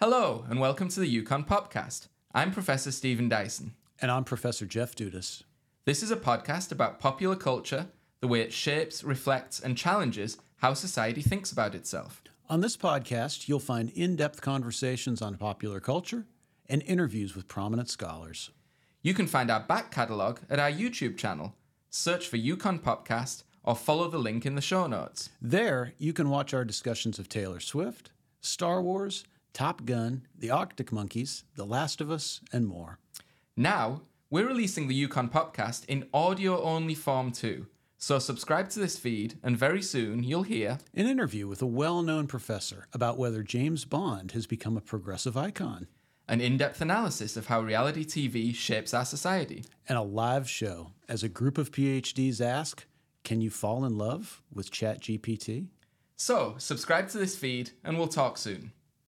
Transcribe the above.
Hello, and welcome to the Yukon Popcast. I'm Professor Stephen Dyson. And I'm Professor Jeff Dudas. This is a podcast about popular culture, the way it shapes, reflects, and challenges how society thinks about itself. On this podcast, you'll find in depth conversations on popular culture and interviews with prominent scholars. You can find our back catalogue at our YouTube channel. Search for Yukon Popcast or follow the link in the show notes. There, you can watch our discussions of Taylor Swift, Star Wars, Top Gun, The Arctic Monkeys, The Last of Us, and more. Now, we're releasing the Yukon Popcast in audio only form too. So subscribe to this feed, and very soon you'll hear An interview with a well known professor about whether James Bond has become a progressive icon, an in depth analysis of how reality TV shapes our society. and a live show as a group of PhDs ask Can you fall in love with ChatGPT? So subscribe to this feed, and we'll talk soon.